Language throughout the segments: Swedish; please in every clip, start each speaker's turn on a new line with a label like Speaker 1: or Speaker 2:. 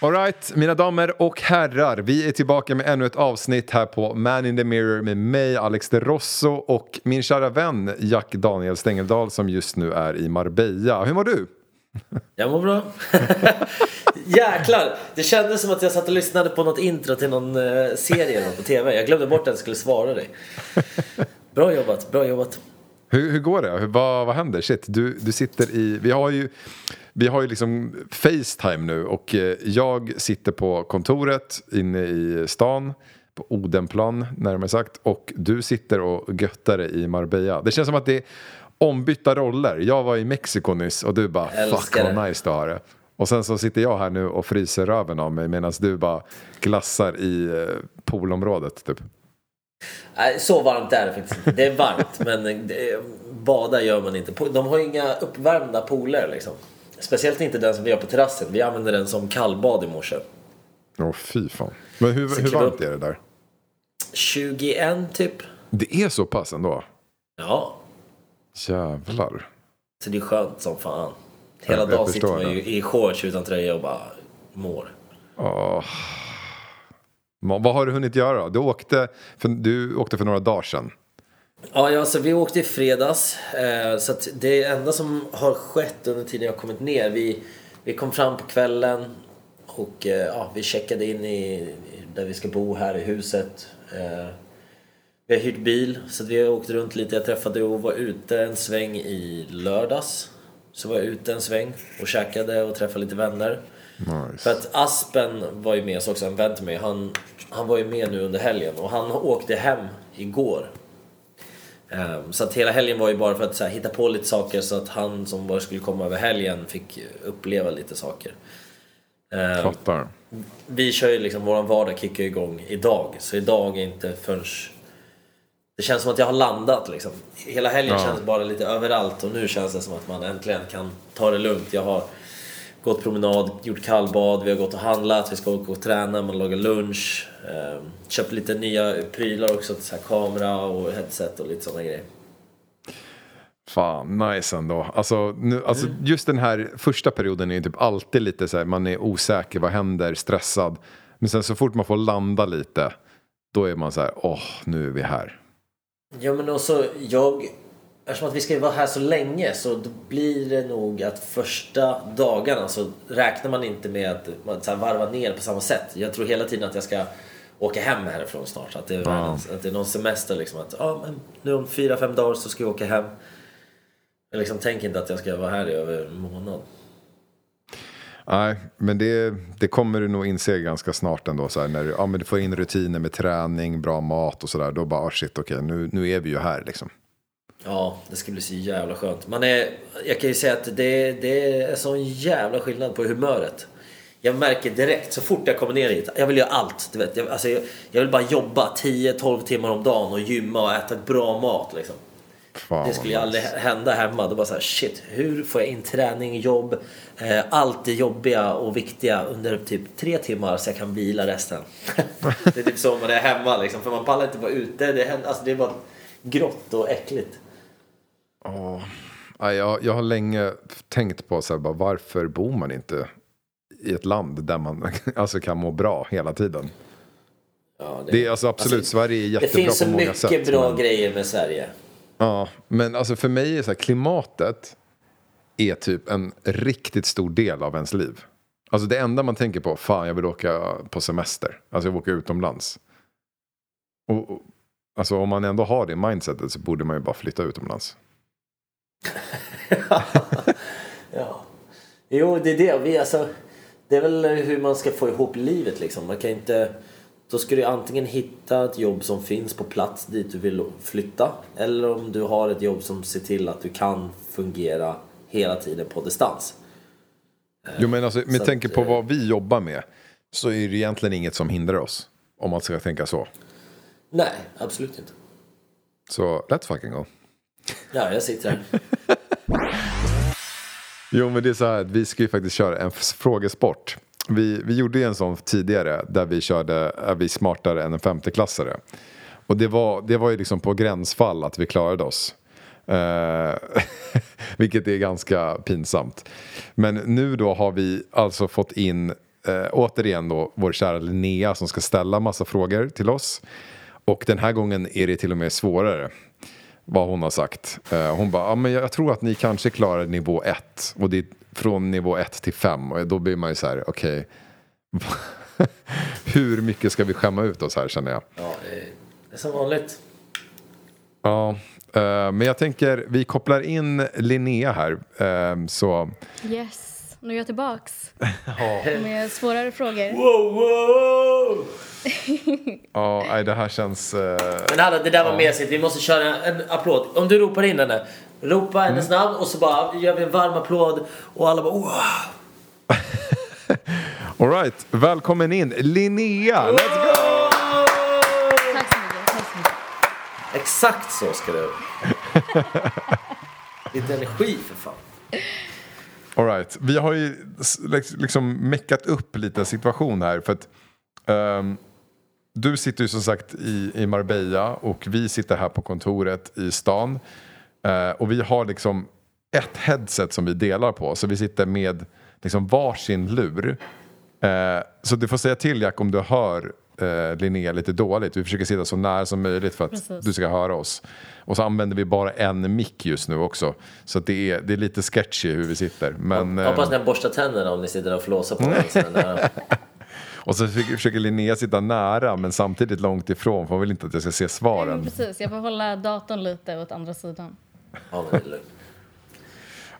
Speaker 1: Alright, mina damer och herrar, vi är tillbaka med ännu ett avsnitt här på Man in the Mirror med mig, Alex de Rosso och min kära vän Jack Daniel Stengeldal som just nu är i Marbella. Hur mår du?
Speaker 2: Jag mår bra. Jäklar! Det kändes som att jag satt och lyssnade på något intro till någon eh, serie eller något på tv. Jag glömde bort att jag skulle svara dig. Bra jobbat, bra jobbat.
Speaker 1: Hur, hur går det? Hur, vad, vad händer? Shit, du, du sitter i... Vi har ju, vi har ju liksom Facetime nu och eh, jag sitter på kontoret inne i stan på Odenplan närmare sagt och du sitter och göttar dig i Marbella. Det känns som att det är ombytta roller. Jag var i Mexiko nyss och du bara
Speaker 2: Älskar
Speaker 1: fuck vad
Speaker 2: det."
Speaker 1: nice du har det. Och sen så sitter jag här nu och fryser röven av mig medan du bara glassar i eh, poolområdet typ.
Speaker 2: Nej, så varmt är det faktiskt inte. Det är varmt, men eh, det, bada gör man inte. Po- De har ju inga uppvärmda pooler liksom. Speciellt inte den som vi har på terrassen. Vi använde den som kallbad i morse.
Speaker 1: Åh fy fan. Men hur,
Speaker 2: Så
Speaker 1: hur
Speaker 2: kliva
Speaker 1: varmt
Speaker 2: upp.
Speaker 1: är det där?
Speaker 2: 21 typ.
Speaker 1: Det är så pass ändå?
Speaker 2: Ja,
Speaker 1: Jävlar.
Speaker 2: så det är skönt som fan.
Speaker 1: Ja,
Speaker 2: Hela
Speaker 1: jag
Speaker 2: dagen sitter
Speaker 1: förstår
Speaker 2: man ju i shorts utan tröja och bara mår.
Speaker 1: Åh. Ma- Vad har du hunnit göra? då? Du åkte för, du åkte för några dagar sedan.
Speaker 2: Ja, ja, alltså, vi åkte i fredags. Eh, så att det enda som har skett under tiden jag kommit ner. Vi, vi kom fram på kvällen och eh, ja, vi checkade in i, i- där vi ska bo här i huset. Eh, vi har hyrt bil så att vi har åkt runt lite. Jag träffade och var ute en sväng i lördags. Så var jag ute en sväng och käkade och träffade lite vänner. För
Speaker 1: Nice.
Speaker 2: att Aspen var ju med oss också, en vän till mig. Han, han var ju med nu under helgen och han åkte hem igår. Ehm, Så att hela helgen var ju bara för att så här, hitta på lite saker så att han som bara skulle komma över helgen fick uppleva lite saker. Ehm,
Speaker 1: Fattar.
Speaker 2: Vi kör ju liksom, våran vardag kickar ju igång idag. Så idag är inte förrän... Det känns som att jag har landat liksom. Hela helgen
Speaker 1: Ja.
Speaker 2: känns bara lite överallt och nu känns det som att man äntligen kan ta det lugnt. Jag har gått promenad, gjort kallbad, vi har gått och handlat, vi ska gå och träna, man lagar lunch. Eh, köpt lite nya prylar också, så här kamera och headset och lite sådana grejer.
Speaker 1: Fan, nice ändå. Alltså, nu, alltså, Just den här första perioden är ju typ alltid lite så här, man är osäker, vad händer, stressad. Men sen så fort man får landa lite, då är man så här, åh, nu är vi här.
Speaker 2: Ja men också jag, eftersom att vi ska ju vara här så länge så då blir det nog att första dagarna så räknar man inte med att man så här varva ner på samma sätt. Jag tror hela tiden att jag ska åka hem härifrån snart. Att det är, världens- att det är någon semester liksom. Att ja, men nu om fyra, fem dagar så ska jag åka hem. Jag liksom tänker inte att jag ska vara här i över en månad.
Speaker 1: Nej, men det, det kommer du nog inse ganska snart ändå. Så här, när du, ja, men du får in rutiner med träning, bra mat och sådär. Då bara, oh, shit, okej, nu, nu är vi ju här liksom.
Speaker 2: Ja, det ska bli så jävla skönt. Man är, jag kan ju säga att det, det är sån jävla skillnad på humöret. Jag märker direkt så fort jag kommer ner hit. Jag vill göra allt. Du vet. Jag, alltså, jag, jag vill bara jobba 10-12 timmar om dagen och gymma och äta bra mat. Liksom.
Speaker 1: Fan,
Speaker 2: Det
Speaker 1: vad
Speaker 2: skulle ju
Speaker 1: nice.
Speaker 2: aldrig hända hemma. Då bara så här, shit, hur får jag in träning, jobb, eh, allt det jobbiga och viktiga under typ tre timmar så jag kan vila resten. det är typ så man är hemma liksom, för man pallar inte vara ute. Det, händer, alltså, det är bara grått och äckligt.
Speaker 1: Ja, Nej, jag, jag har länge tänkt på så här, bara, varför bor man inte i ett land där man alltså, kan må bra hela tiden.
Speaker 2: Ja, det-
Speaker 1: Det är, alltså, absolut,
Speaker 2: Alltså,
Speaker 1: Sverige är
Speaker 2: Det
Speaker 1: jättebra
Speaker 2: finns så
Speaker 1: på många
Speaker 2: mycket
Speaker 1: sätt.
Speaker 2: bra
Speaker 1: men,
Speaker 2: grejer med Sverige.
Speaker 1: ja, men alltså, för mig är så här, klimatet är typ en riktigt stor del av ens liv. Alltså det enda man tänker på, fan jag vill åka på semester. Alltså jag vill åka utomlands. Och, och, alltså om man ändå har det mindsetet så borde man ju bara flytta utomlands.
Speaker 2: ja. Jo, det är det. Vi, alltså, det är väl hur man ska få ihop livet liksom. Man kan inte... Då ska du antingen hitta ett jobb som finns på plats dit du vill flytta. Eller om du har ett jobb som ser till att du kan fungera hela tiden på distans.
Speaker 1: Jo men alltså, med
Speaker 2: att,
Speaker 1: tanke på vad vi jobbar med så är det egentligen inget som hindrar oss. Om man ska tänka så.
Speaker 2: Nej, absolut inte.
Speaker 1: Så let's fucking go.
Speaker 2: Ja, jag sitter här.
Speaker 1: Jo men det är så här att vi ska ju faktiskt köra en f- frågesport. Vi, vi gjorde ju en sån tidigare där vi körde är vi smartare än en femteklassare. Och det var, det var ju liksom på gränsfall att vi klarade oss. Eh, vilket är ganska pinsamt. Men nu då har vi alltså fått in eh, återigen då vår kära Linnea som ska ställa massa frågor till oss. Och den här gången är det till och med svårare. Vad hon har sagt. Eh, hon bara, ah, men jag, jag tror att ni kanske klarar nivå 1. Och det är från nivå 1 till 5. Och då blir man ju så här, okej. Hur mycket ska vi skämma ut oss här känner jag.
Speaker 2: Ja, eh, det är som vanligt.
Speaker 1: Ja, eh, men jag tänker vi kopplar in Linnea här. eh, så
Speaker 3: Yes, nu är jag tillbaks. Med svårare frågor.
Speaker 2: Wow, wow!
Speaker 1: ja, nej, det här känns... eh,
Speaker 2: Men hallå, det där var mesigt. Vi måste köra en applåd. Om du ropar in henne. Ropa
Speaker 1: Mm.
Speaker 2: hennes namn och så bara gör vi en varm applåd och alla bara wow.
Speaker 1: All right, välkommen in Linnea! Let's go!
Speaker 3: Tack så mycket. Tack så mycket.
Speaker 2: Exakt så ska det Lite energi för fan.
Speaker 1: All right. Vi har ju s- lex- liksom meckat upp lite situation här. För att, ehm, du sitter ju som sagt i, i Marbella och vi sitter här på kontoret i stan. Eh, och vi har liksom ett headset som vi delar på. Så vi sitter med liksom varsin lur. Eh, så du får säga till Jack om du hör eh, Linnea lite dåligt. Vi försöker sitta så nära som möjligt för att
Speaker 3: Precis.
Speaker 1: du ska höra oss. Och så använder vi bara en mick just nu också. Så att det, är, det är lite sketchy hur vi sitter. Men,
Speaker 2: Jag hoppas
Speaker 1: eh,
Speaker 2: ni har borstat tänderna om ni sitter och flåsar på varandra.
Speaker 1: och så försöker försöker Linnea sitta nära men samtidigt långt ifrån för hon vill inte att jag ska se
Speaker 3: Men
Speaker 1: svaren.
Speaker 3: Precis, jag får hålla datorn lite åt andra sidan.
Speaker 2: Ja, men det är lugnt.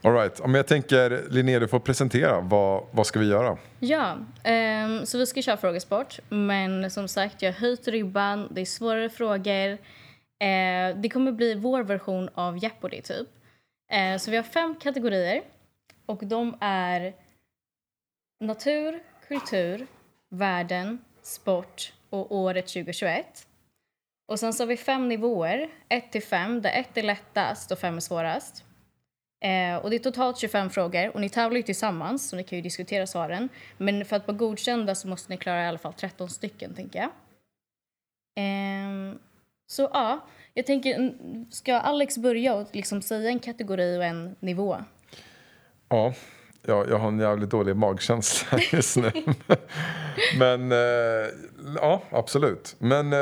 Speaker 1: All right. Ja, men jag tänker Linnea du får presentera. Vad, vad ska vi göra?
Speaker 3: Ja, ehm, så vi ska köra frågesport. Men som sagt, jag har höjt ribban. Det är svårare frågor. Eh, det kommer bli vår version av Jeopardy, typ. Eh, så vi har fem kategorier. Och de är natur, kultur, världen, sport och året 2021. Och sen så har vi fem nivåer, 1 till 5, där 1 är lättast och 5 är svårast. Eh, och det är totalt 25 frågor och ni tävlar ju tillsammans så ni kan ju diskutera svaren. Men för att vara godkända så måste ni klara i alla fall 13 stycken tänker jag. Ehm, så ja, jag tänker, n- ska Alex börja och liksom säga en kategori och en nivå?
Speaker 1: Ja, jag, jag har en jävligt dålig magkänsla just nu. Men eh, ja, absolut. Men eh,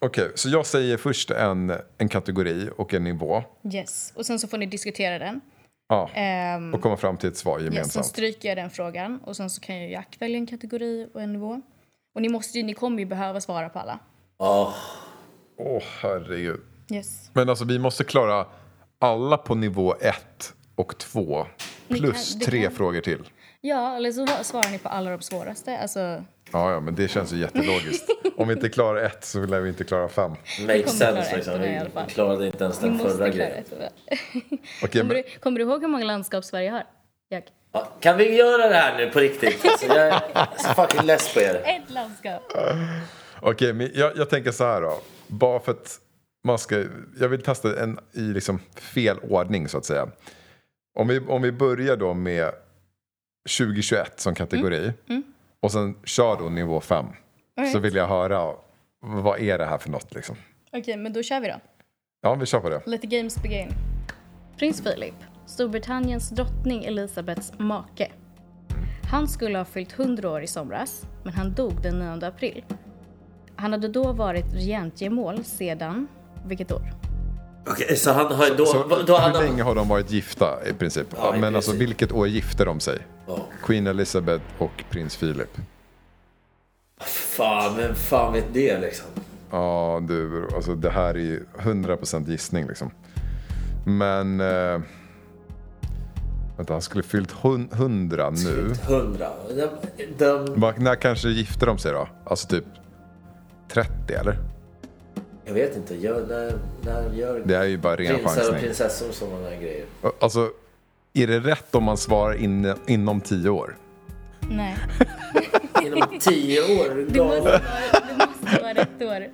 Speaker 1: okej, så jag säger först en, en kategori och en nivå.
Speaker 3: Yes. Och sen så får ni diskutera den.
Speaker 1: Ja,
Speaker 3: Ehm,
Speaker 1: och komma fram till ett svar
Speaker 3: ja, sen
Speaker 1: gemensamt.
Speaker 3: stryker jag den frågan och sen så kan ju Jack välja en kategori och en nivå. Och ni, måste ju, ni kommer ju behöva svara på alla.
Speaker 2: Åh,
Speaker 1: Åh herregud.
Speaker 3: Yes.
Speaker 1: Men alltså vi måste klara alla på nivå ett och två.
Speaker 3: Ni
Speaker 1: Plus
Speaker 3: kan- det
Speaker 1: tre
Speaker 3: kan-
Speaker 1: frågor till.
Speaker 3: Ja, eller så svarar ni på alla de svåraste. Alltså,
Speaker 1: Ja, ja, men det känns ju jättelogiskt. Om vi inte klarar ett så lär vi inte klara fem.
Speaker 3: Vi
Speaker 2: Makes
Speaker 3: kommer klara
Speaker 2: sense
Speaker 3: ett
Speaker 2: liksom.
Speaker 3: på det i
Speaker 2: Vi
Speaker 3: alla fall.
Speaker 2: klarade inte ens
Speaker 3: ni
Speaker 2: den
Speaker 3: måste
Speaker 2: förra
Speaker 3: klara
Speaker 2: grejen.
Speaker 3: det.
Speaker 1: Okej,
Speaker 3: Kommer
Speaker 1: men,
Speaker 3: du, kommer du ihåg hur många landskap Sverige har? Jack?
Speaker 2: Ja, Kan vi göra det här nu på riktigt? Alltså, jag är så fucking less på er.
Speaker 3: Ett landskap!
Speaker 1: okej, men jag, jag tänker så här då. Bara för att man ska... Jag vill testa en i liksom fel ordning så att säga. Om vi, om vi börjar då med 2021 som kategori. Och sen kör då nivå fem. Så
Speaker 3: Alright.
Speaker 1: vill jag höra vad är det här för något liksom.
Speaker 3: Okej, men då kör vi då.
Speaker 1: Ja, vi kör på det.
Speaker 3: Let the games begin. Prins Philip, Storbritanniens drottning Elisabeths make. Han skulle ha fyllt 100 år i somras, men han dog den 9 april. Han hade då varit regentgemål sedan, vilket år?
Speaker 2: Okej, så han har ju då...
Speaker 1: Så,
Speaker 2: då han
Speaker 1: hur länge har de varit gifta i princip?
Speaker 2: Ja, i
Speaker 1: Men alltså
Speaker 2: princip.
Speaker 1: vilket år gifte de sig?
Speaker 2: Ja.
Speaker 1: Queen Elizabeth och prins Philip.
Speaker 2: Fan, vem fan vet det liksom?
Speaker 1: Ja, du, alltså det här är ju 100% gissning liksom. Men... Eh, vänta, han skulle fyllt hun- 100 nu.
Speaker 2: 100. De, de,
Speaker 1: Va- När kanske gifte de sig då? Alltså typ 30 eller?
Speaker 2: jag vet inte, gör, när, när gör
Speaker 1: Det är ju bara ren
Speaker 2: prinsar och
Speaker 1: chansning.
Speaker 2: prinsessor sådana där grejer?
Speaker 1: Alltså, är det rätt om man svarar in, inom 10 år?
Speaker 3: Nej,
Speaker 2: Inom 10 år?
Speaker 3: det måste
Speaker 2: Då,
Speaker 3: vara, det måste vara rätt år.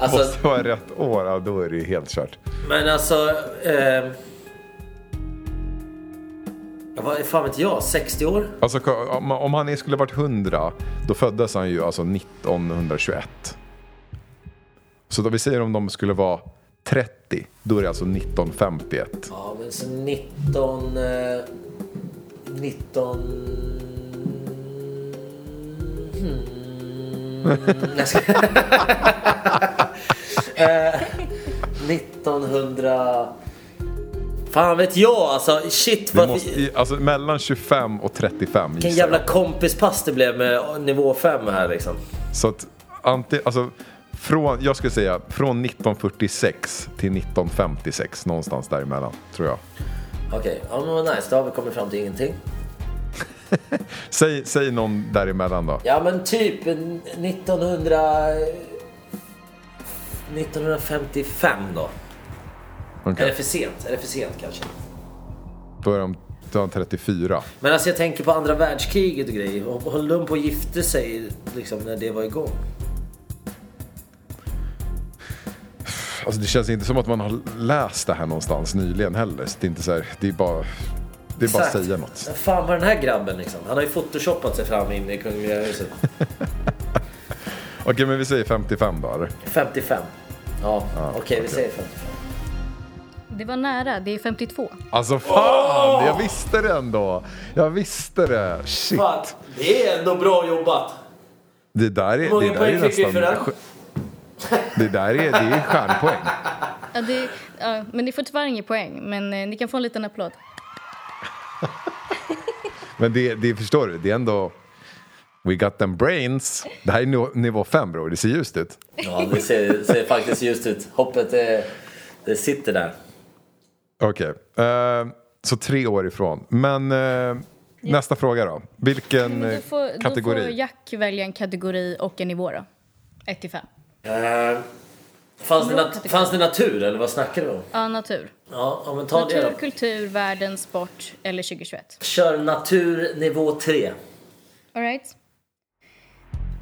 Speaker 2: alltså,
Speaker 1: Måste vara rätt år, ja, då är det ju helt kört.
Speaker 2: men alltså... Eh, ja, vad fan vet jag? 60 år?
Speaker 1: Alltså, om- om han är- skulle varit 100, då föddes han ju alltså 1921. Så då vi säger om de skulle vara 30, då är det alltså 1951.
Speaker 2: Ja, men så 19... Eh, 19... Nej, Hmm. jag ska- Eh, 1900... Fan vet jag alltså. Shit
Speaker 1: Vi
Speaker 2: vad...
Speaker 1: måste, i- alltså mellan 25 och 35
Speaker 2: Vilken
Speaker 1: gissar jag.
Speaker 2: jävla kompispass det blev med nivå 5 här liksom.
Speaker 1: Så att, anti, alltså, från, jag skulle säga från 1946 till 1956, någonstans däremellan, tror jag.
Speaker 2: Okej, ja men vad nice. Då har vi kommit fram till ingenting.
Speaker 1: Säg, säg någon däremellan då.
Speaker 2: Ja men typ 1900... 1955 då. Är det
Speaker 1: Okay.
Speaker 2: för sent? Är det för sent kanske?
Speaker 1: Börjar om då är han 34.
Speaker 2: Men alltså jag tänker på andra världskriget och grejer. Och Höll de på att gifta sig liksom när det var igång?
Speaker 1: Alltså det känns inte som att man har läst det här någonstans nyligen heller. Så det är inte så här, det är bara, det är bara att
Speaker 2: Exakt.
Speaker 1: säga något.
Speaker 2: Men Fan vad den här grabben liksom. Han har ju photoshopat sig fram in i Kungliga huset.
Speaker 1: Okej, men vi säger 55 då, eller?
Speaker 2: 55. Ja, okej vi
Speaker 1: okej.
Speaker 2: säger 55.
Speaker 3: Det var nära, det är 52.
Speaker 1: Alltså fan, jag visste det ändå! Jag visste det! Shit!
Speaker 2: Fan, det är ändå bra jobbat.
Speaker 1: Det där är,
Speaker 2: Hur många
Speaker 1: det där
Speaker 2: poäng
Speaker 1: är
Speaker 2: fick vi för den?
Speaker 1: nästan... Det där är, det är stjärnpoäng.
Speaker 3: Ja, det, ja, men ni får tyvärr ingen poäng, men eh, ni kan få en liten applåd.
Speaker 1: Men det, det förstår du, det är ändå... We got them brains. Det här är nu- nivå 5 bror, det ser ljust ut.
Speaker 2: Ja, det ser, ser faktiskt just ut. Hoppet är, det sitter där.
Speaker 1: Okej, eh, så tre år ifrån. Men eh, nästa fråga då. Vilken
Speaker 3: Men då, får,
Speaker 1: eh,
Speaker 3: då får
Speaker 1: kategori?
Speaker 3: Jack välja en kategori och en nivå då. 1 till 5.
Speaker 2: Eh, fanns, det nat- fanns det natur eller vad snackar du om?
Speaker 3: Ja, natur.
Speaker 2: Ja, ja men ta det
Speaker 3: Natur,
Speaker 2: då.
Speaker 3: kultur, världen, sport eller 2021.
Speaker 2: Kör natur nivå 3.
Speaker 3: All right.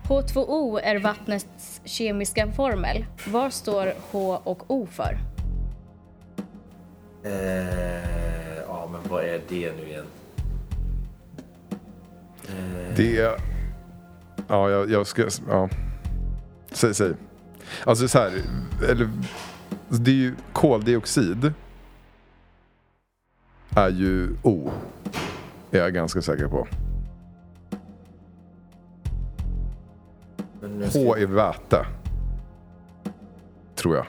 Speaker 3: H2O är vattnets kemiska formel. Vad står H och O för?
Speaker 2: Eh, ja, men vad är det nu igen?
Speaker 1: Det är... Ja, jag, jag ska... Ja. Säg, säg. Alltså så här, eller... alltså Det är ju koldioxid. Är ju O. Är jag ganska säker på.
Speaker 2: Men nu ska-
Speaker 1: H är väte. Tror jag.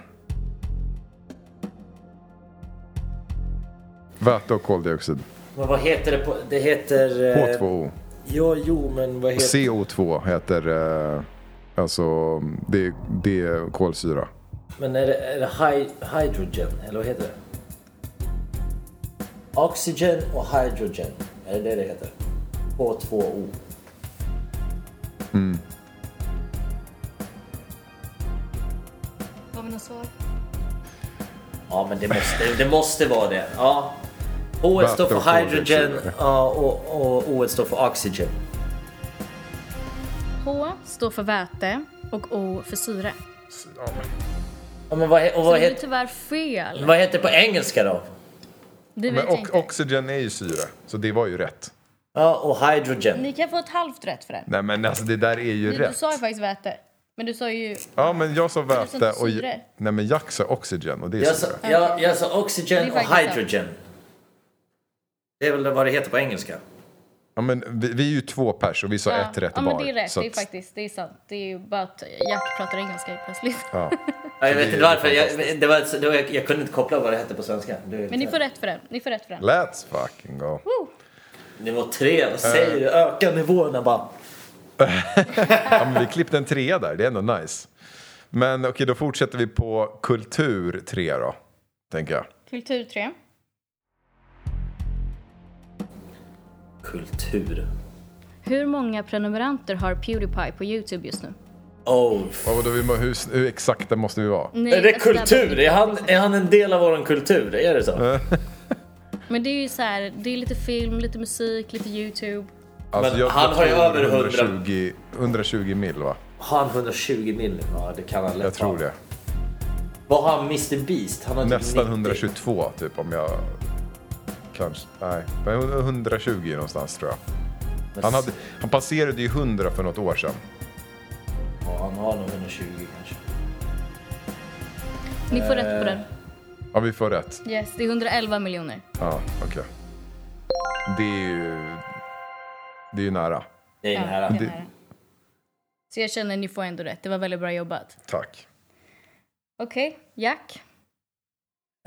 Speaker 1: Väte och koldioxid.
Speaker 2: Men vad heter det på... Det heter... eh,
Speaker 1: H2O.
Speaker 2: Ja, jo, men vad heter...
Speaker 1: CO2 heter... Eh, alltså, det, det är kolsyra.
Speaker 2: Men är det, är det hy- hydrogen, eller vad heter det? Oxygen och hydrogen, är det det det heter? H2O.
Speaker 3: Har vi något svar?
Speaker 2: Ja, men det måste, det måste vara det. Ja. O
Speaker 1: Vatten
Speaker 2: står
Speaker 1: och
Speaker 2: för hydrogen
Speaker 1: koldioxid.
Speaker 2: ja, och, och O står för oxygen.
Speaker 3: H står för väte och O för syre.
Speaker 2: Ja, men vad, he- och
Speaker 3: Så
Speaker 2: vad,
Speaker 3: det är
Speaker 2: heter,
Speaker 3: tyvärr fel.
Speaker 2: vad heter det på engelska då?
Speaker 3: Det
Speaker 1: Men
Speaker 3: vet jag
Speaker 1: och,
Speaker 3: inte.
Speaker 1: oxygen är ju syre, så det var ju rätt.
Speaker 2: Ja, och hydrogen.
Speaker 3: Ni kan få ett halvt rätt för det.
Speaker 1: Nej men alltså det där är ju
Speaker 3: Du, du
Speaker 1: rätt.
Speaker 3: sa ju faktiskt väte. Men du sa ju...
Speaker 1: Ja men jag sa
Speaker 3: sa inte
Speaker 1: väte och...
Speaker 3: syre.
Speaker 1: Nej men Jack sa oxygen och det är
Speaker 2: Jag sa,
Speaker 1: syre.
Speaker 2: jag, jag sa oxygen
Speaker 3: Det är
Speaker 2: och
Speaker 3: faktiskt
Speaker 2: hydrogen. Det är väl vad det heter på engelska?
Speaker 1: Ja men vi, vi är ju två pers och vi sa ett rätt
Speaker 3: ja,
Speaker 1: var.
Speaker 3: men det är rätt.
Speaker 1: så
Speaker 3: Det är
Speaker 1: att-
Speaker 3: faktiskt det är sant. Det är ju bara att Jack pratar engelska helt plötsligt.
Speaker 1: ja.
Speaker 2: Ja, jag vet
Speaker 1: det
Speaker 2: inte
Speaker 1: är
Speaker 2: varför. Jag, det var, det var, jag, jag kunde inte koppla vad det hette på svenska. Du,
Speaker 3: Men ni får rätt för den. Ni får rätt för den.
Speaker 1: Let's fucking go.
Speaker 2: Nivå 3, vad säger du? Öka nivåerna bara.
Speaker 1: Ja, men vi klippte en trea där, det är ändå nice. Men okej, då fortsätter vi på kultur tre då, tänker jag.
Speaker 3: Kultur 3.
Speaker 2: Kultur.
Speaker 3: Hur många prenumeranter har Pewdiepie på Youtube just nu?
Speaker 2: Oh.
Speaker 1: Ja, vadå, vi må, hur, hur exakta måste vi vara?
Speaker 3: Nej,
Speaker 2: Är det
Speaker 3: alltså,
Speaker 2: kultur? Är han, är han en del av våran kultur? Är det så?
Speaker 3: Men det är ju så här, det är lite film, lite musik, lite Youtube.
Speaker 1: Alltså,
Speaker 2: Men han har ju
Speaker 1: tror
Speaker 2: över 100.
Speaker 1: 120, 120 mil va?
Speaker 2: Har han 120 miljoner? Ja, det kan han lätt
Speaker 1: Jag tror
Speaker 2: ha.
Speaker 1: det.
Speaker 2: Vad har han Mr Beast? Han har typ
Speaker 1: Nästan
Speaker 2: 90.
Speaker 1: 122 typ om jag... Kanske, nej. Men 120 någonstans tror jag.
Speaker 2: Men
Speaker 1: Han, hade, han passerade ju 100 för något år sedan.
Speaker 2: Ja, han har nog 120 kanske.
Speaker 3: Ni får rätt på
Speaker 2: Eh.
Speaker 3: den.
Speaker 1: Ja, vi får rätt.
Speaker 3: Yes, det är 111 miljoner.
Speaker 1: Ja, okej. Det är ju... Det är ju nära.
Speaker 2: Det är den här.
Speaker 3: Det här. Så jag känner ni får ändå rätt. Det var väldigt bra jobbat.
Speaker 1: Tack.
Speaker 3: Okej, Jack.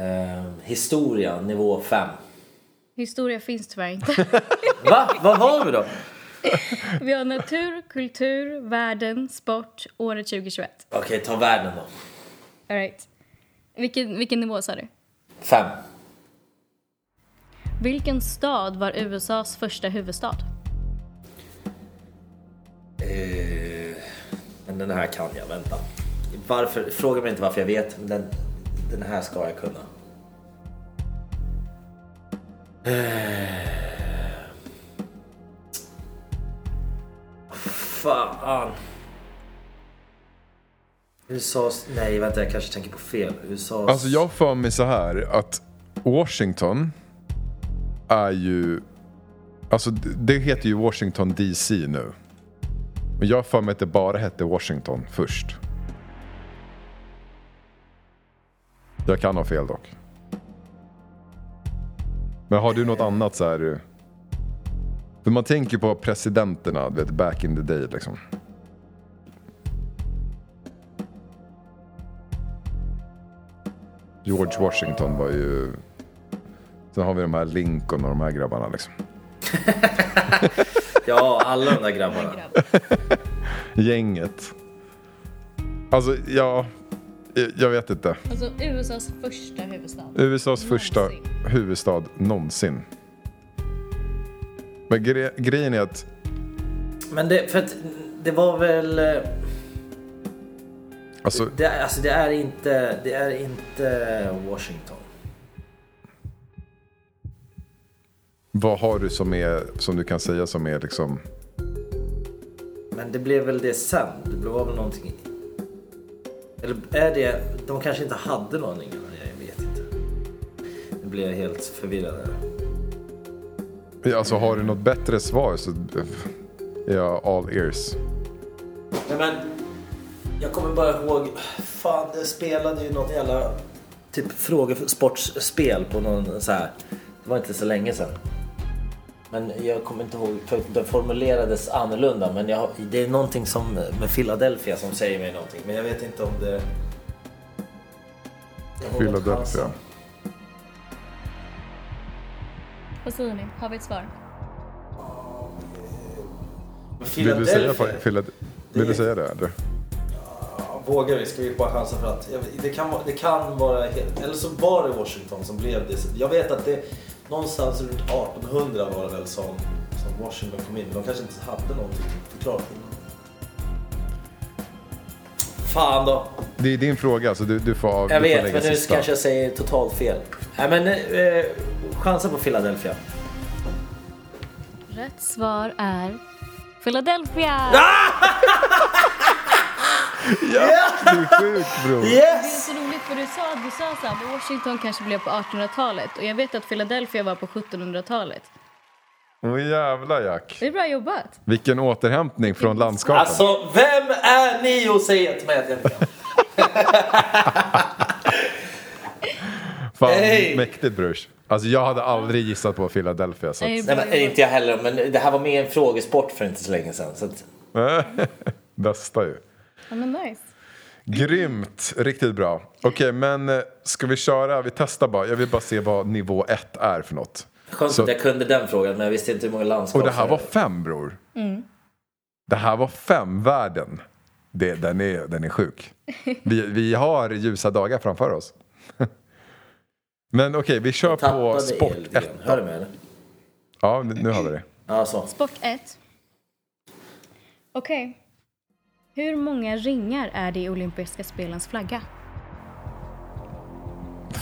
Speaker 2: Eh, historia, nivå 5.
Speaker 3: Historia finns tyvärr inte.
Speaker 2: Va? Vad har vi då?
Speaker 3: Vi har natur, kultur, världen, sport, året 2021.
Speaker 2: Okej, ta världen då.
Speaker 3: All right. Vilken, vilken nivå sa du?
Speaker 2: 5.
Speaker 3: Vilken stad var USAs första huvudstad?
Speaker 2: Eh, men den här kan jag, vänta. Varför? Fråga mig inte varför jag vet, men den, den här ska jag kunna. Eh. Fan. USA... Nej, vänta, jag kanske tänker på fel. USA...
Speaker 1: Alltså jag har för mig så här att Washington är ju... Alltså d- det heter ju Washington DC nu. Men jag har för mig att det bara hette Washington först. Jag kan ha fel dock. Men har du något annat så här... eh, För man tänker på presidenterna, du vet, back in the day liksom. George Washington var ju... Sen har vi de här Lincoln och de här grabbarna liksom.
Speaker 2: Ja, alla de där grabbarna.
Speaker 1: Gänget. Alltså, ja... eh, Jag vet inte.
Speaker 3: Alltså USAs första huvudstad.
Speaker 1: USAs första
Speaker 3: Någonsin.
Speaker 1: huvudstad någonsin. Men gre- grejen är att...
Speaker 2: Men det, för att det var väl... eh,
Speaker 1: Alltså,
Speaker 2: Det, är- alltså det är inte, det är inte Washington.
Speaker 1: vad har du som, är, som du kan säga som är liksom...
Speaker 2: Men det blev väl det sen. Det blev väl någonting... Eller är det... De kanske inte hade någon innan. Jag vet inte. Nu blir jag helt förvirrad här.
Speaker 1: Alltså har du något bättre svar så är jag all ears.
Speaker 2: Nej men... Jag kommer bara ihåg... Fan, det spelade ju något jävla... Typ frågesportspel på någon så här... Det var inte så länge sedan. Men jag kommer inte ihåg, för det formulerades annorlunda. Men jag, det är någonting som, med Philadelphia som säger mig någonting. Men jag vet inte om det... Jag håller åt
Speaker 1: Philadelphia.
Speaker 2: halsen.
Speaker 3: Vad säger ni? Har vi ett svar?
Speaker 2: Men
Speaker 1: Vill du säga,
Speaker 2: Philadelphia-
Speaker 1: Philad- vill du säga det? Eller?
Speaker 2: Ja, Vågar vi? Ska vi bara chansa för att jag vet- det kan, vara- det kan vara helt, eller så var det Washington som blev det. Jag vet att det någonstans runt 1800 var det väl som, som Washington kom in. De kanske inte hade någonting förklarat innan. Fan då.
Speaker 1: Det är din fråga så du, du får av-
Speaker 2: Jag
Speaker 1: du får
Speaker 2: vet,
Speaker 1: lägga
Speaker 2: men nu
Speaker 1: sista.
Speaker 2: kanske jag säger totalt fel. Nej men eh, chansa på Philadelphia.
Speaker 3: Rätt svar är Philadelphia!
Speaker 1: Du är sjuk bror.
Speaker 3: Det är
Speaker 2: Yes!
Speaker 3: så roligt för du sa, du sa så här, Washington kanske blev på 1800-talet och jag vet att Philadelphia var på 1700-talet.
Speaker 1: Åh jävlar Jack.
Speaker 3: Det är bra jobbat.
Speaker 1: Vilken återhämtning från landskapet.
Speaker 2: Alltså, vem är ni och säger till mig att jag inte kan?
Speaker 1: Fan
Speaker 2: Hey!
Speaker 1: mäktigt brors. Alltså jag hade aldrig gissat på Philadelphia. Så att,
Speaker 3: Det
Speaker 2: Nej
Speaker 3: är bra
Speaker 2: men
Speaker 3: jobbat.
Speaker 2: inte jag heller, men det här var med i en frågesport för inte så länge sedan. Så att...
Speaker 1: bästa ju.
Speaker 3: Ja, men nice.
Speaker 1: Grymt, riktigt bra. Okej men eh, ska vi köra, vi testar bara. Jag vill bara se vad nivå ett är för något.
Speaker 2: Skönt
Speaker 1: Så-
Speaker 2: att jag kunde den frågan men jag visste inte hur många landskap
Speaker 1: Och det här
Speaker 2: som-
Speaker 1: var fem bror. Det här var fem värden. Det, den, är, den är sjuk. Vi, vi har ljusa dagar framför oss. Men okej, vi kör på
Speaker 2: Tappade
Speaker 1: sport
Speaker 2: el lite
Speaker 1: 1.
Speaker 2: grann. Hör du mig eller?
Speaker 1: Ja, nu nu har vi det.
Speaker 2: Ja, så.
Speaker 3: Sport 1. Okej. Hur många ringar är det i olympiska spelens flagga?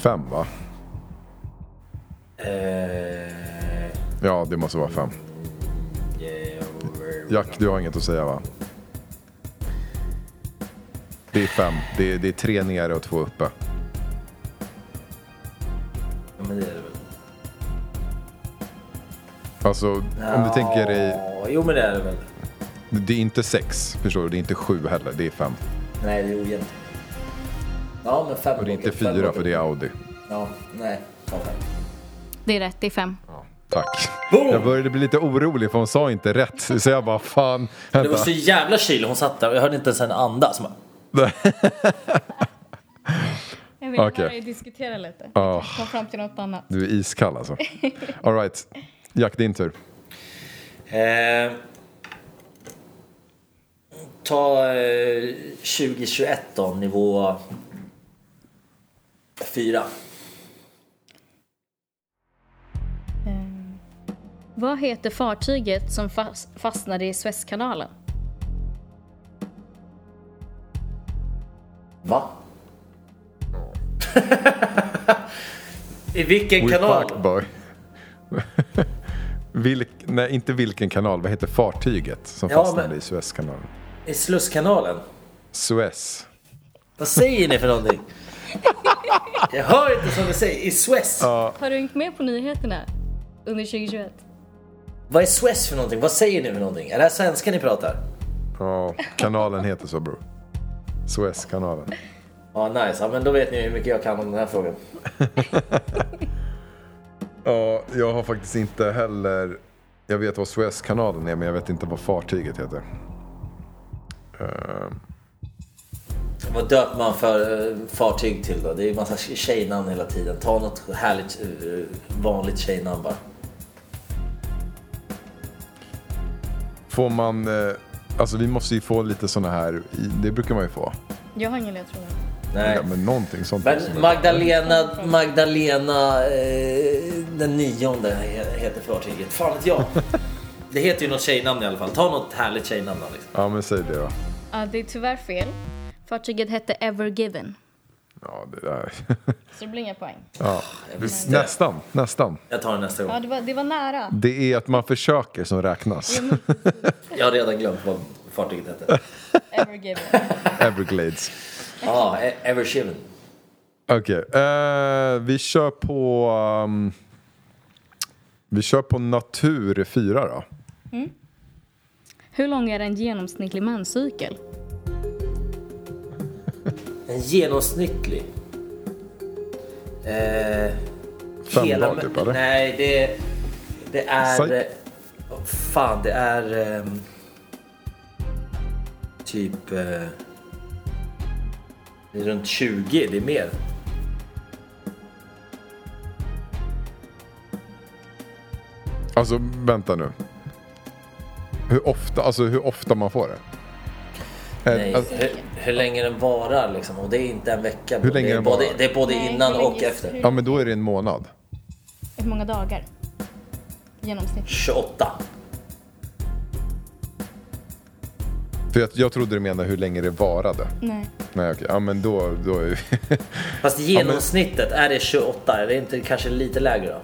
Speaker 1: Fem va?
Speaker 2: Eh,
Speaker 1: Ja, det måste vara fem. Jack, du har inget att säga va? Det är fem. Det är, det är tre nere och två uppe.
Speaker 2: ja, men det är det väl.
Speaker 1: Alltså, om du tänker dig...
Speaker 2: Ja, Jo men det är det väl.
Speaker 1: Det är inte sex, förstår du? Det är inte sju heller, det är fem.
Speaker 2: Nej det är ojämnt. Ja men fem
Speaker 1: Och det är inte
Speaker 2: gånger, fem
Speaker 1: fyra,
Speaker 2: gånger.
Speaker 1: för det är Audi.
Speaker 2: Ja, nej. Ta fem.
Speaker 3: Det är rätt, det är fem.
Speaker 1: Tack.
Speaker 2: Boom!
Speaker 1: Jag började bli lite orolig för hon sa inte rätt. Så jag bara fan,
Speaker 2: Det var
Speaker 1: vänta.
Speaker 2: så jävla kyl hon satt där och jag hörde inte ens henne andas. Bara,
Speaker 3: Jag vill
Speaker 1: Okej.
Speaker 3: bara diskutera lite.
Speaker 1: Ah.
Speaker 3: Kom fram till något annat.
Speaker 1: Du är iskall alltså. All right. Jack, din tur.
Speaker 2: Eh, ta eh, 2021 då, nivå 4.
Speaker 3: Ehm, Vad heter fartyget som fas- fastnade i Suezkanalen?
Speaker 2: Va? I vilken kanal?
Speaker 1: Parkboy. Vilk, nej, inte vilken kanal. Vad heter fartyget som
Speaker 2: Ja,
Speaker 1: fastnade
Speaker 2: men-
Speaker 1: i Suezkanalen?
Speaker 2: I Slusskanalen?
Speaker 1: Suez.
Speaker 2: Vad säger ni för någonting? Jag hör inte som ni säger. I Suez?
Speaker 3: Har du hängt med på nyheterna under 2021?
Speaker 2: Vad är Suez för någonting? Vad säger ni för någonting? Är det här svenska ni pratar?
Speaker 1: Ja, kanalen heter så bror. Suezkanalen.
Speaker 2: Ja, nice. Ja, men då vet ni hur mycket jag kan om den här frågan.
Speaker 1: Ja, jag har faktiskt inte heller... Jag vet vad Suezkanalen är men jag vet inte vad fartyget heter.
Speaker 2: Vad döper man för eh, fartyg till då? Det är ju massa tjejnamn hela tiden. Ta något härligt eh, vanligt tjejnamn bara.
Speaker 1: Får man... Eh, alltså vi måste ju få lite såna här... Det brukar man ju få.
Speaker 3: Jag har ingen ledtråd.
Speaker 2: Nej.
Speaker 1: Ja, men någonting sånt.
Speaker 2: Men Magdalena, Magdalena eh, den nionde he- heter fartyget. Fan vet jag. Det heter ju något tjejnamn i alla fall. Ta något härligt tjejnamn då. Liksom.
Speaker 1: Ja men säg det då.
Speaker 3: Ja, det är tyvärr fel. Fartyget hette Ever Given.
Speaker 1: Ja, det där.
Speaker 3: Så det blir inga poäng.
Speaker 2: Jag visste.
Speaker 1: nästan, nästan.
Speaker 2: Jag tar det nästa
Speaker 3: Ja,
Speaker 2: gång.
Speaker 3: det var, det var nära.
Speaker 1: Det är att man försöker som räknas.
Speaker 2: Jag har redan glömt vad fartyget hette.
Speaker 3: Ever Given.
Speaker 1: Everglades.
Speaker 2: Ja, E- Evershiven.
Speaker 1: Okej, eh, vi kör på... ehm, vi kör på natur 4 då.
Speaker 3: Hur lång är en genomsnittlig menscykel?
Speaker 2: En genomsnittlig. Eh,
Speaker 1: Fem dagar typ, eller?
Speaker 2: Nej, det, det är...
Speaker 1: Psych.
Speaker 2: eh, Fan, det är... ehm, typ... eh, det är runt 20, det är mer.
Speaker 1: Alltså vänta nu. Hur ofta, alltså, hur ofta man får det? Eh,
Speaker 2: Nej,
Speaker 1: alltså,
Speaker 2: hur, hur länge den varar liksom. Och det är inte en vecka.
Speaker 1: Hur länge
Speaker 2: det, är
Speaker 1: den
Speaker 2: både,
Speaker 1: varar?
Speaker 2: det är både
Speaker 3: Nej,
Speaker 2: innan
Speaker 3: hur länge-
Speaker 2: och efter.
Speaker 1: ja men då är det en månad.
Speaker 3: Hur många dagar? Genomsnitt.
Speaker 2: 28.
Speaker 1: För jag, jag trodde du menade hur länge det varade.
Speaker 3: Nej.
Speaker 1: Nej okej, ja men då, då är vi...
Speaker 2: Fast genomsnittet, är det 28? Är det inte kanske lite lägre då?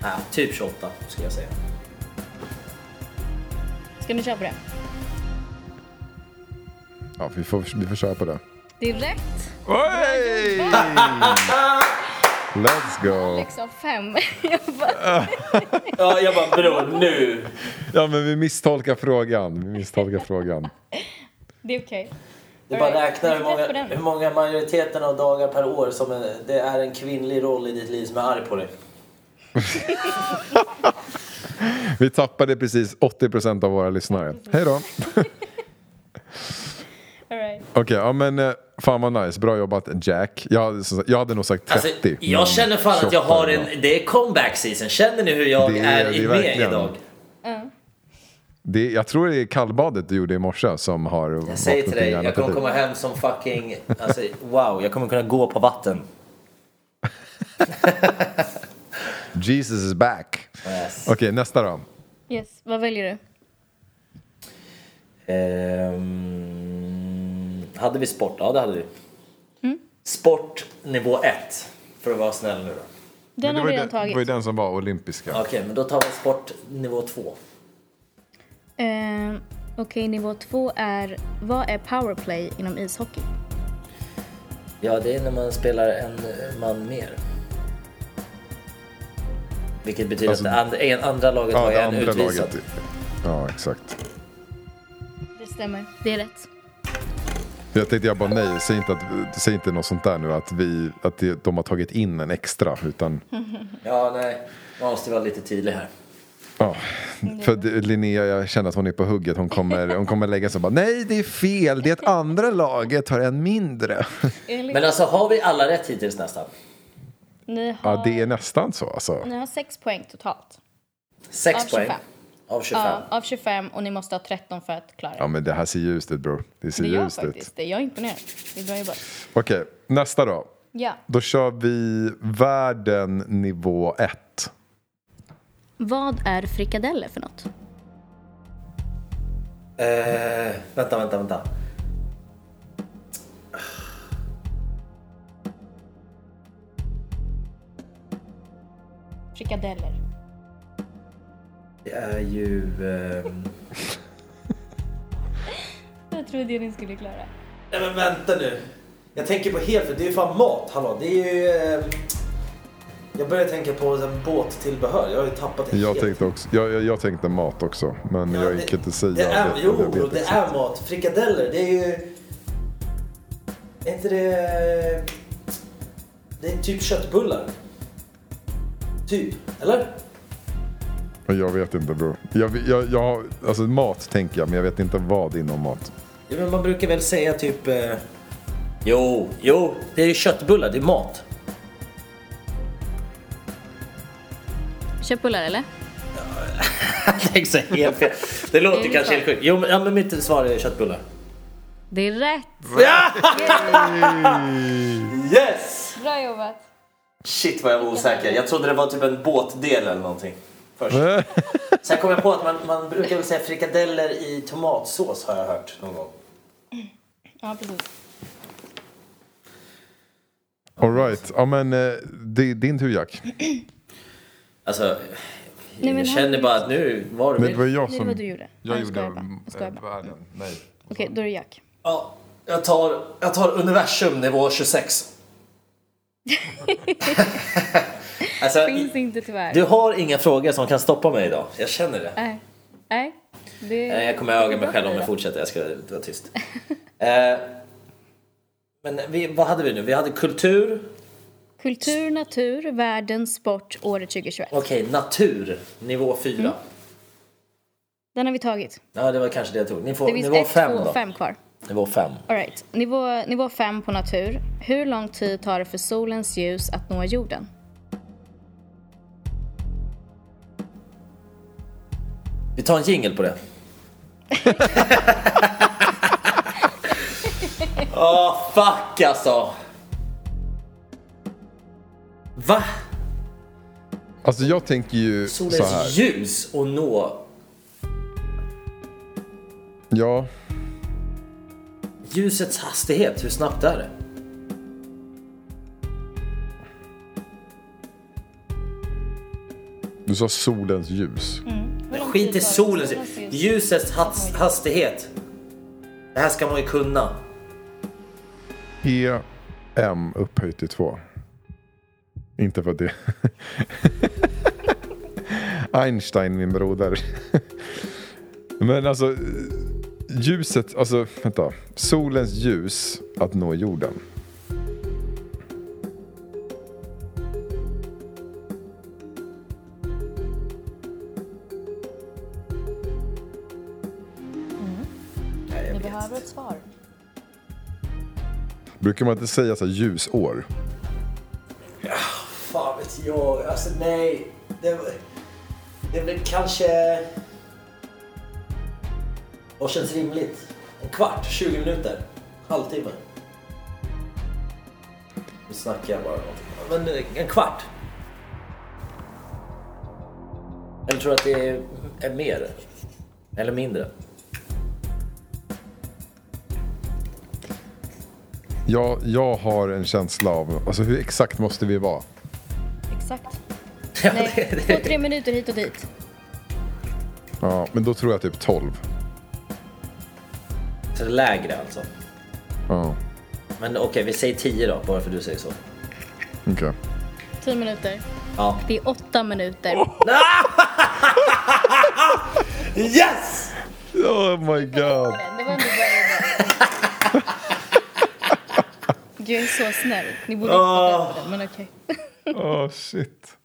Speaker 2: Ja, typ 28 skulle jag säga.
Speaker 3: Ska ni köra på det?
Speaker 1: ja vi får, vi får köra på det.
Speaker 3: Det är rätt.
Speaker 1: Oj! Let's go!
Speaker 3: Sex av fem. Jag bara,
Speaker 2: Ja, jag bara bror nu.
Speaker 1: Ja men vi misstolkar frågan, vi misstolkar frågan.
Speaker 3: det är okej.
Speaker 2: Du bara
Speaker 3: Alright,
Speaker 2: räknar hur
Speaker 3: vi får rätt
Speaker 2: många, hur
Speaker 3: på den.
Speaker 2: många majoriteten av dagar per år som en, det är en kvinnlig roll i ditt liv som är arg på dig.
Speaker 1: Vi tappade precis 80% av våra lyssnare. Hej då!
Speaker 3: All right.
Speaker 1: Okej, ja men eh, fan vad nice, bra jobbat Jack. Jag, hade som sagt- jag hade nog sagt 30.
Speaker 2: Alltså,
Speaker 1: men
Speaker 2: jag känner fan att jag
Speaker 1: 28
Speaker 2: har
Speaker 1: är
Speaker 2: en,
Speaker 1: bra.
Speaker 2: det är comeback season. Känner ni hur jag
Speaker 1: Det är-
Speaker 2: är,
Speaker 1: det är
Speaker 2: i med
Speaker 1: verkligen.
Speaker 2: idag?
Speaker 1: Det, jag tror det är kallbadet du gjorde i morse som har
Speaker 2: Jag säger till dig, jag kommer komma hem som fucking, alltså wow, jag kommer kunna gå på vatten.
Speaker 1: Jesus is back.
Speaker 2: Yes.
Speaker 1: Okej, nästa då.
Speaker 3: Yes, vad väljer du?
Speaker 2: Ehm, hade vi sport? Ja, det hade vi. Sport nivå 1, för att vara snäll nu då.
Speaker 1: Men
Speaker 3: Den
Speaker 1: det
Speaker 3: har
Speaker 1: var,
Speaker 3: vi
Speaker 1: ju den,
Speaker 3: redan
Speaker 1: det var ju
Speaker 3: tagit.
Speaker 1: den som var olympiska.
Speaker 2: Okej, men då tar vi sport nivå 2.
Speaker 3: Ehm, Okej, nivå två är vad är powerplay inom ishockey?
Speaker 2: Ja, det är när man spelar en man mer. Vilket betyder
Speaker 1: Alltså-
Speaker 2: att det and- en, andra laget har
Speaker 1: det
Speaker 2: en utvisad.
Speaker 1: Ja, exakt.
Speaker 3: Det stämmer. Det är rätt.
Speaker 1: Jag tänkte jag bara nej, säg inte, att, säg inte något sånt där nu att, vi, att det, de har tagit in en extra. Utan,
Speaker 2: Ja, nej. Man måste vara lite tydlig här.
Speaker 1: ja. För det- Linnea, jag känner att hon är på hugget. Hon kommer, hon kommer lägga sig och bara nej det är fel, det andra laget har en mindre.
Speaker 3: Enligt,
Speaker 2: Men alltså, har vi alla rätt hittills nästan?
Speaker 3: ni, har,
Speaker 1: Ja, det är nästan så alltså.
Speaker 3: ni har 6 poäng totalt. Av
Speaker 2: Sex
Speaker 3: 25.
Speaker 2: poäng av 25.
Speaker 3: Ja, av 25 och ni måste ha 13 för att klara
Speaker 1: Ja
Speaker 3: det.
Speaker 1: men det här ser ljust ut bror. Det ser
Speaker 3: Det gör
Speaker 1: ljust ut.
Speaker 3: faktiskt det. Jag är imponerad. Det är bra jobbat.
Speaker 1: Okej, nästa då.
Speaker 3: Ja.
Speaker 1: Då kör vi världen nivå 1.
Speaker 3: Vad är frikadeller för något?
Speaker 2: Eh, vänta, vänta, vänta.
Speaker 3: Frikadeller.
Speaker 2: Det är ju... ehm,
Speaker 3: Jag trodde jag ni skulle klara.
Speaker 2: Nej men vänta nu. Jag tänker på helt för det är ju fan mat, hallå. Det är ju... Eh, jag börjar tänka på en båttillbehör. Jag har ju tappat det
Speaker 1: Jag
Speaker 2: helt.
Speaker 1: tänkte, också, jag, jag, jag tänkte mat också, men
Speaker 2: Ja,
Speaker 1: jag gick inte säga
Speaker 2: det är,
Speaker 1: att jag-
Speaker 2: Jo,
Speaker 1: jag vet
Speaker 2: det
Speaker 1: exakt.
Speaker 2: är mat. Frikadeller, det är ju... Är inte det... Det är typ köttbullar. Typ, eller?
Speaker 1: Men Jag vet inte bror. Jag, jag, jag, alltså mat tänker jag, men jag vet inte vad inom mat.
Speaker 2: Ja, men man brukar väl säga typ... Eh... Jo, jo. Det är ju köttbullar, det är mat.
Speaker 3: Köttbullar eller?
Speaker 2: Tänk så helt fel. Det låter
Speaker 3: Det är
Speaker 2: kanske
Speaker 3: sant.
Speaker 2: helt sjukt. Jo, men, ja, men mitt svar är köttbullar.
Speaker 3: Det är rätt!
Speaker 2: Yes!
Speaker 3: Bra jobbat!
Speaker 2: Shit vad jag var osäker. Jag trodde det var typ en båtdel eller någonting. Först.
Speaker 1: Äh?
Speaker 2: Sen kom jag på att man, man brukar väl säga frikadeller i tomatsås har jag hört någon gång.
Speaker 3: Ja, precis.
Speaker 1: Alright, ja men eh, det är din tur Jack.
Speaker 2: Alltså,
Speaker 3: men
Speaker 2: jag
Speaker 3: här-
Speaker 2: känner bara att nu var det
Speaker 1: Men det var
Speaker 2: min.
Speaker 1: jag
Speaker 3: Nu är det
Speaker 1: som...
Speaker 3: vad du gjorde.
Speaker 1: Jag
Speaker 3: Nej,
Speaker 1: gjorde
Speaker 3: skojar bara. Jag skojar
Speaker 1: eh,
Speaker 3: bara.
Speaker 1: världen, nej.
Speaker 3: Okej, då är det Jack.
Speaker 2: Ja, jag tar, jag tar universum nivå 26. alltså,
Speaker 3: Finns inte tyvärr.
Speaker 2: du har inga frågor som kan stoppa mig idag. Jag känner det.
Speaker 3: Nej. Nej. Det...
Speaker 2: Nej, Eh, jag kommer öga mig själv om jag fortsätter. Jag ska vara tyst. Eh, men vi, vad hade vi nu? Vi hade kultur.
Speaker 3: Kultur, natur, världen, sport, året 2021.
Speaker 2: Okej, natur. Nivå 4.
Speaker 3: Mm. Den har vi tagit.
Speaker 2: Ja, det var kanske det jag tog. Nivå,
Speaker 3: Det finns
Speaker 2: nivå
Speaker 3: ett,
Speaker 2: fem
Speaker 3: två
Speaker 2: då.
Speaker 3: och fem kvar.
Speaker 2: Nivå 5.
Speaker 3: All right. nivå, nivå fem på natur. Hur lång tid tar det för solens ljus att nå jorden?
Speaker 2: Vi tar en jingle på det. Åh, fuck alltså! Va?
Speaker 1: Alltså jag tänker ju så här.
Speaker 2: Solens ljus och nå...
Speaker 1: Ja,
Speaker 2: Ljusets hastighet, hur snabbt är det?
Speaker 1: du sa solens ljus.
Speaker 3: Mm.
Speaker 2: Skit i solen. Ljusets has hastighet. Det här ska man ju kunna.
Speaker 1: PM upphöjt till 2. Inte för att det... Einstein, min broder. Men alltså, ljuset, alltså vänta. Solens ljus att nå jorden.
Speaker 2: Nej, jag
Speaker 3: Vi
Speaker 2: vet.
Speaker 3: behöver ett svar.
Speaker 1: Brukar man inte säga så här, ljusår?
Speaker 2: Fan vet jag. Alltså nej. Det, det blir kanske... Vad känns rimligt? En kvart, 20 minuter, halvtimme. Nu snackar jag bara något. Men eh, en kvart. Eller tror du att det är, är mer? Eller mindre?
Speaker 1: Jag, jag har en känsla av, alltså hur exakt måste vi vara?
Speaker 3: Exakt.
Speaker 2: Ja,
Speaker 3: Nej,
Speaker 2: det-
Speaker 3: två, tre minuter hit och dit.
Speaker 1: Ja, men då tror jag typ 12.
Speaker 2: Så det är lägre alltså.
Speaker 1: Ja,
Speaker 2: Men okej, vi säger 10 då, bara för du säger så.
Speaker 1: okej.
Speaker 3: Tio minuter.
Speaker 2: Ja.
Speaker 3: Det är åtta minuter.
Speaker 2: Yes!
Speaker 1: Oh my god.
Speaker 3: Eh, Det var ändå bra jobbat. Du är så snäll. Ni borde inte vara döda på det, men okej.
Speaker 1: Åh, shit.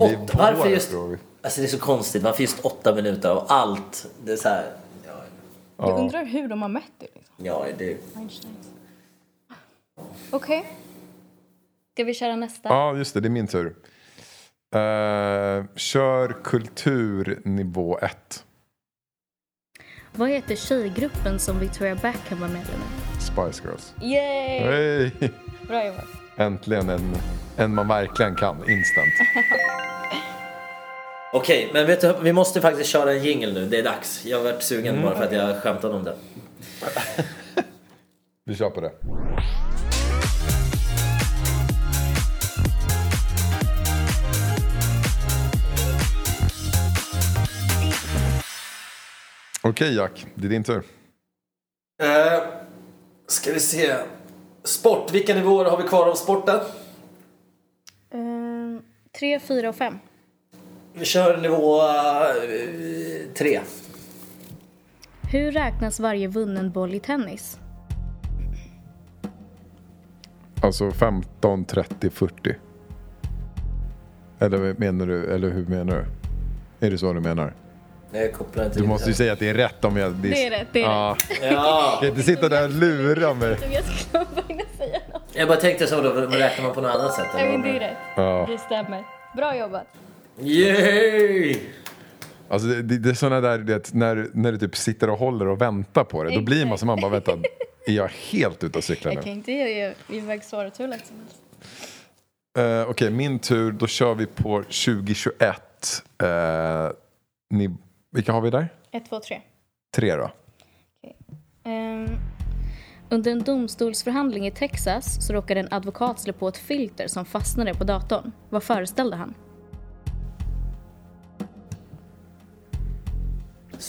Speaker 2: Och
Speaker 1: Det är
Speaker 2: varför
Speaker 1: vår
Speaker 2: just...
Speaker 1: fråga.
Speaker 2: Alltså det är så konstigt, varför just åtta minuter av allt? Det är så här... Ja,
Speaker 3: Jag undrar hur de har mätt det. Liksom.
Speaker 2: ja det...
Speaker 3: Einstein. Okej. Ska vi köra nästa?
Speaker 1: Ja, just det. Det är min tur. Eh, kör kultur nivå 1.
Speaker 3: Vad heter tjejgruppen som Victoria Beckham var medlem i?
Speaker 1: Spice Girls.
Speaker 3: Yay!
Speaker 1: Hey.
Speaker 3: Bra jobbat.
Speaker 1: Äntligen en, en man verkligen kan. Instant.
Speaker 2: Okej, men vet du, vi måste faktiskt köra en jingle nu. Det är dags. Jag har varit sugen bara för att jag skämtade om det.
Speaker 1: Vi kör på det. Okej Jack, det är din tur.
Speaker 2: Eh, ska vi se. Sport. Vilka nivåer har vi kvar av sporten?
Speaker 3: Ehm, tre, fyra och fem.
Speaker 2: Vi kör nivå eh, tre.
Speaker 3: Hur räknas varje vunnen boll i tennis?
Speaker 1: Alltså 15, 30, 40. Eller menar du, eller hur menar du? Är det så du menar?
Speaker 2: Jag kopplar inte
Speaker 1: Du
Speaker 2: in
Speaker 1: måste ju
Speaker 2: det.
Speaker 1: säga att det är rätt om jag...
Speaker 3: Det är rätt, det är
Speaker 1: ja.
Speaker 2: Ja.
Speaker 1: Jag kan inte sitta där och lura mig.
Speaker 3: Jag skulle bara hinna säga något.
Speaker 2: Jag bara tänkte så, då räknar man på något annat sätt.
Speaker 3: Nej, men det är rätt.
Speaker 1: Ja.
Speaker 3: Det stämmer. Bra jobbat.
Speaker 2: Yay!
Speaker 1: Alltså det, det, det är sådana där, du vet, när, när du typ sitter och håller och väntar på det. Då blir man som man bara, vänta, är jag helt ute och cyklar nu?
Speaker 3: Jag kan inte ge ge iväg svaret hur lätt som helst.
Speaker 1: Eh, Okej, min tur. Då kör vi på 2021. Eh, ni, vilka har vi där?
Speaker 3: Ett, två, tre.
Speaker 1: Tre då.
Speaker 3: Ehm, under en domstolsförhandling i Texas så råkade en advokat slå på ett filter som fastnade på datorn. Vad föreställde han?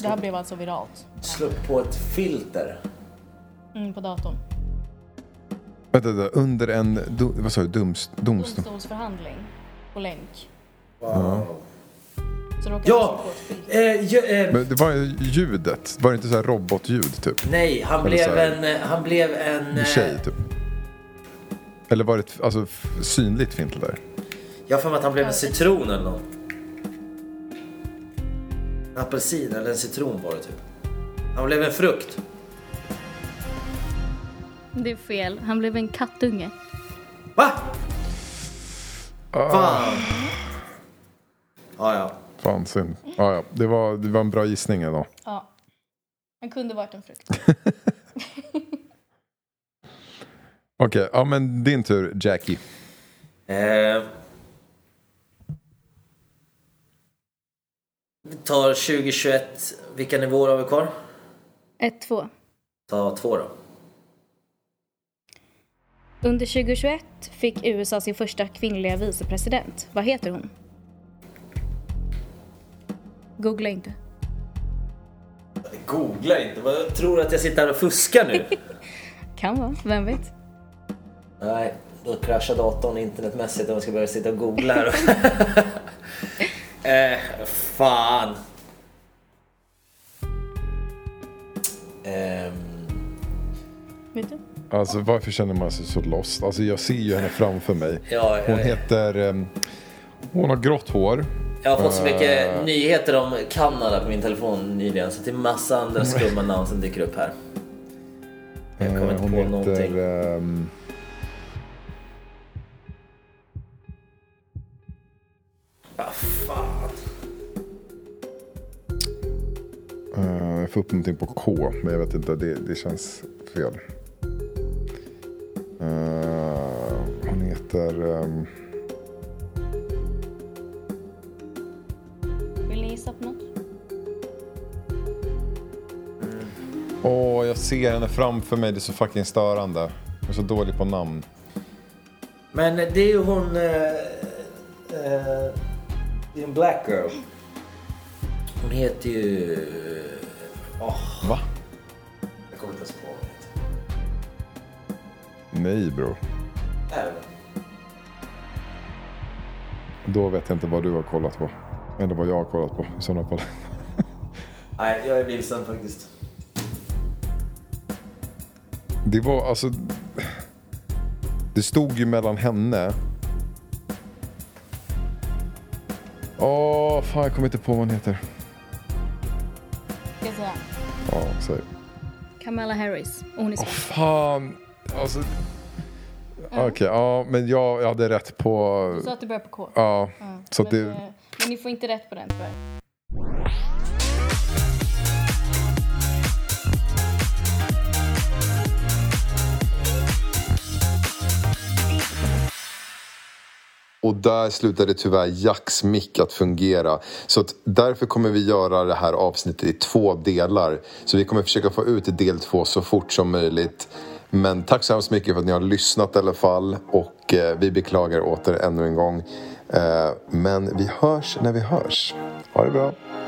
Speaker 3: Det här blev alltså viralt.
Speaker 2: Slå på ett filter.
Speaker 3: Mm, på datorn.
Speaker 1: Vänta, vänta, under en... Do, vad sa du? Doms, domstol?
Speaker 3: Domstolsförhandling på länk.
Speaker 2: Wow.
Speaker 3: Så råkade han
Speaker 2: Ja!
Speaker 3: slå på ett filter.
Speaker 2: Eh, ju, eh,
Speaker 1: Men det var ju ljudet. Var det inte så här robotljud typ?
Speaker 2: nej, han
Speaker 1: Eller så
Speaker 2: blev
Speaker 1: här-
Speaker 2: en... eh, Han blev en...
Speaker 1: En
Speaker 2: eh,
Speaker 1: tjej typ? Eller var det ett alltså, f- synligt filter där?
Speaker 2: Jag har för mig att han blev en citron eller något. En apelsin eller en citron var det typ. Han blev en frukt.
Speaker 3: Det är fel. Han blev en kattunge.
Speaker 2: Va?
Speaker 1: Ah.
Speaker 2: Fan! Ja, ja.
Speaker 1: Fan, synd. Ja, ja. Det, var, det var en bra gissning ändå.
Speaker 3: Ja. Han kunde varit en frukt.
Speaker 1: Okej, ja men din tur Jackie.
Speaker 2: Eh, vi tar 2021. Vilka nivåer har vi kvar?
Speaker 3: Ett, två.
Speaker 2: Ta två då.
Speaker 3: Under 2021 fick USA sin första kvinnliga vicepresident. Vad heter hon? Googla inte.
Speaker 2: Googla inte. Vad- Jag tror att jag sitter här och fuskar nu.
Speaker 3: Kan vara, vem vet?
Speaker 2: Nej, då kraschar datorn internetmässigt om jag ska börja sitta och googla här. eh, fan. Ehm,
Speaker 3: Vet du?
Speaker 1: Alltså varför känner man sig så lost? Alltså jag ser ju henne framför mig.
Speaker 2: Ja,
Speaker 1: hon
Speaker 2: ja, ja.
Speaker 1: heter... ehm, hon har grått hår.
Speaker 2: jag har fått så mycket
Speaker 1: Eh.
Speaker 2: nyheter om Kanada på min telefon nyligen så det är massa
Speaker 1: Mm.
Speaker 2: andra skumma namn som dyker upp här. Jag kommer
Speaker 1: Eh,
Speaker 2: inte
Speaker 1: hon
Speaker 2: på någonting.
Speaker 1: heter... ehm,
Speaker 2: Ah, fan.
Speaker 1: eh, jag får upp någonting på K, men jag vet inte. Det, det känns fel. Eh, hon heter... ehm,
Speaker 3: Vill ni gissa på något?
Speaker 1: Åh, jag ser henne framför mig. Det är så fucking störande. Jag är så dålig på namn.
Speaker 2: Men det är ju hon... Eh, eh, det är en black girl. Hon heter ju... Åh,
Speaker 1: Va?
Speaker 2: jag kommer inte ens på vad hon heter.
Speaker 1: Nej, bror.
Speaker 2: Där.
Speaker 1: Då vet jag inte vad du har kollat på. Eller vad jag har kollat på i sådana fall.
Speaker 2: Nej, jag är vilsen faktiskt.
Speaker 1: Det var alltså... Det stod ju mellan henne... Åh, fan jag kommer inte på vad hon heter.
Speaker 3: Ska jag säga.
Speaker 1: Ja, säg.
Speaker 3: Camilla Harris. Och hon är svensk.
Speaker 1: Fan, alltså... Okej, ja, men jag, jag hade rätt på...
Speaker 3: Så att det börjar på K.
Speaker 1: Ja, så att
Speaker 3: men,
Speaker 1: det...
Speaker 3: eh, men ni får inte rätt på den tyvärr.
Speaker 1: Och där slutade tyvärr Jacks mick att fungera. Så att därför kommer vi göra det här avsnittet i två delar. Så vi kommer försöka få ut del två så fort som möjligt. Men tack så hemskt mycket för att ni har lyssnat i alla fall. Och eh, vi beklagar åter ännu en gång. Eh, men vi hörs när vi hörs. Ha det bra.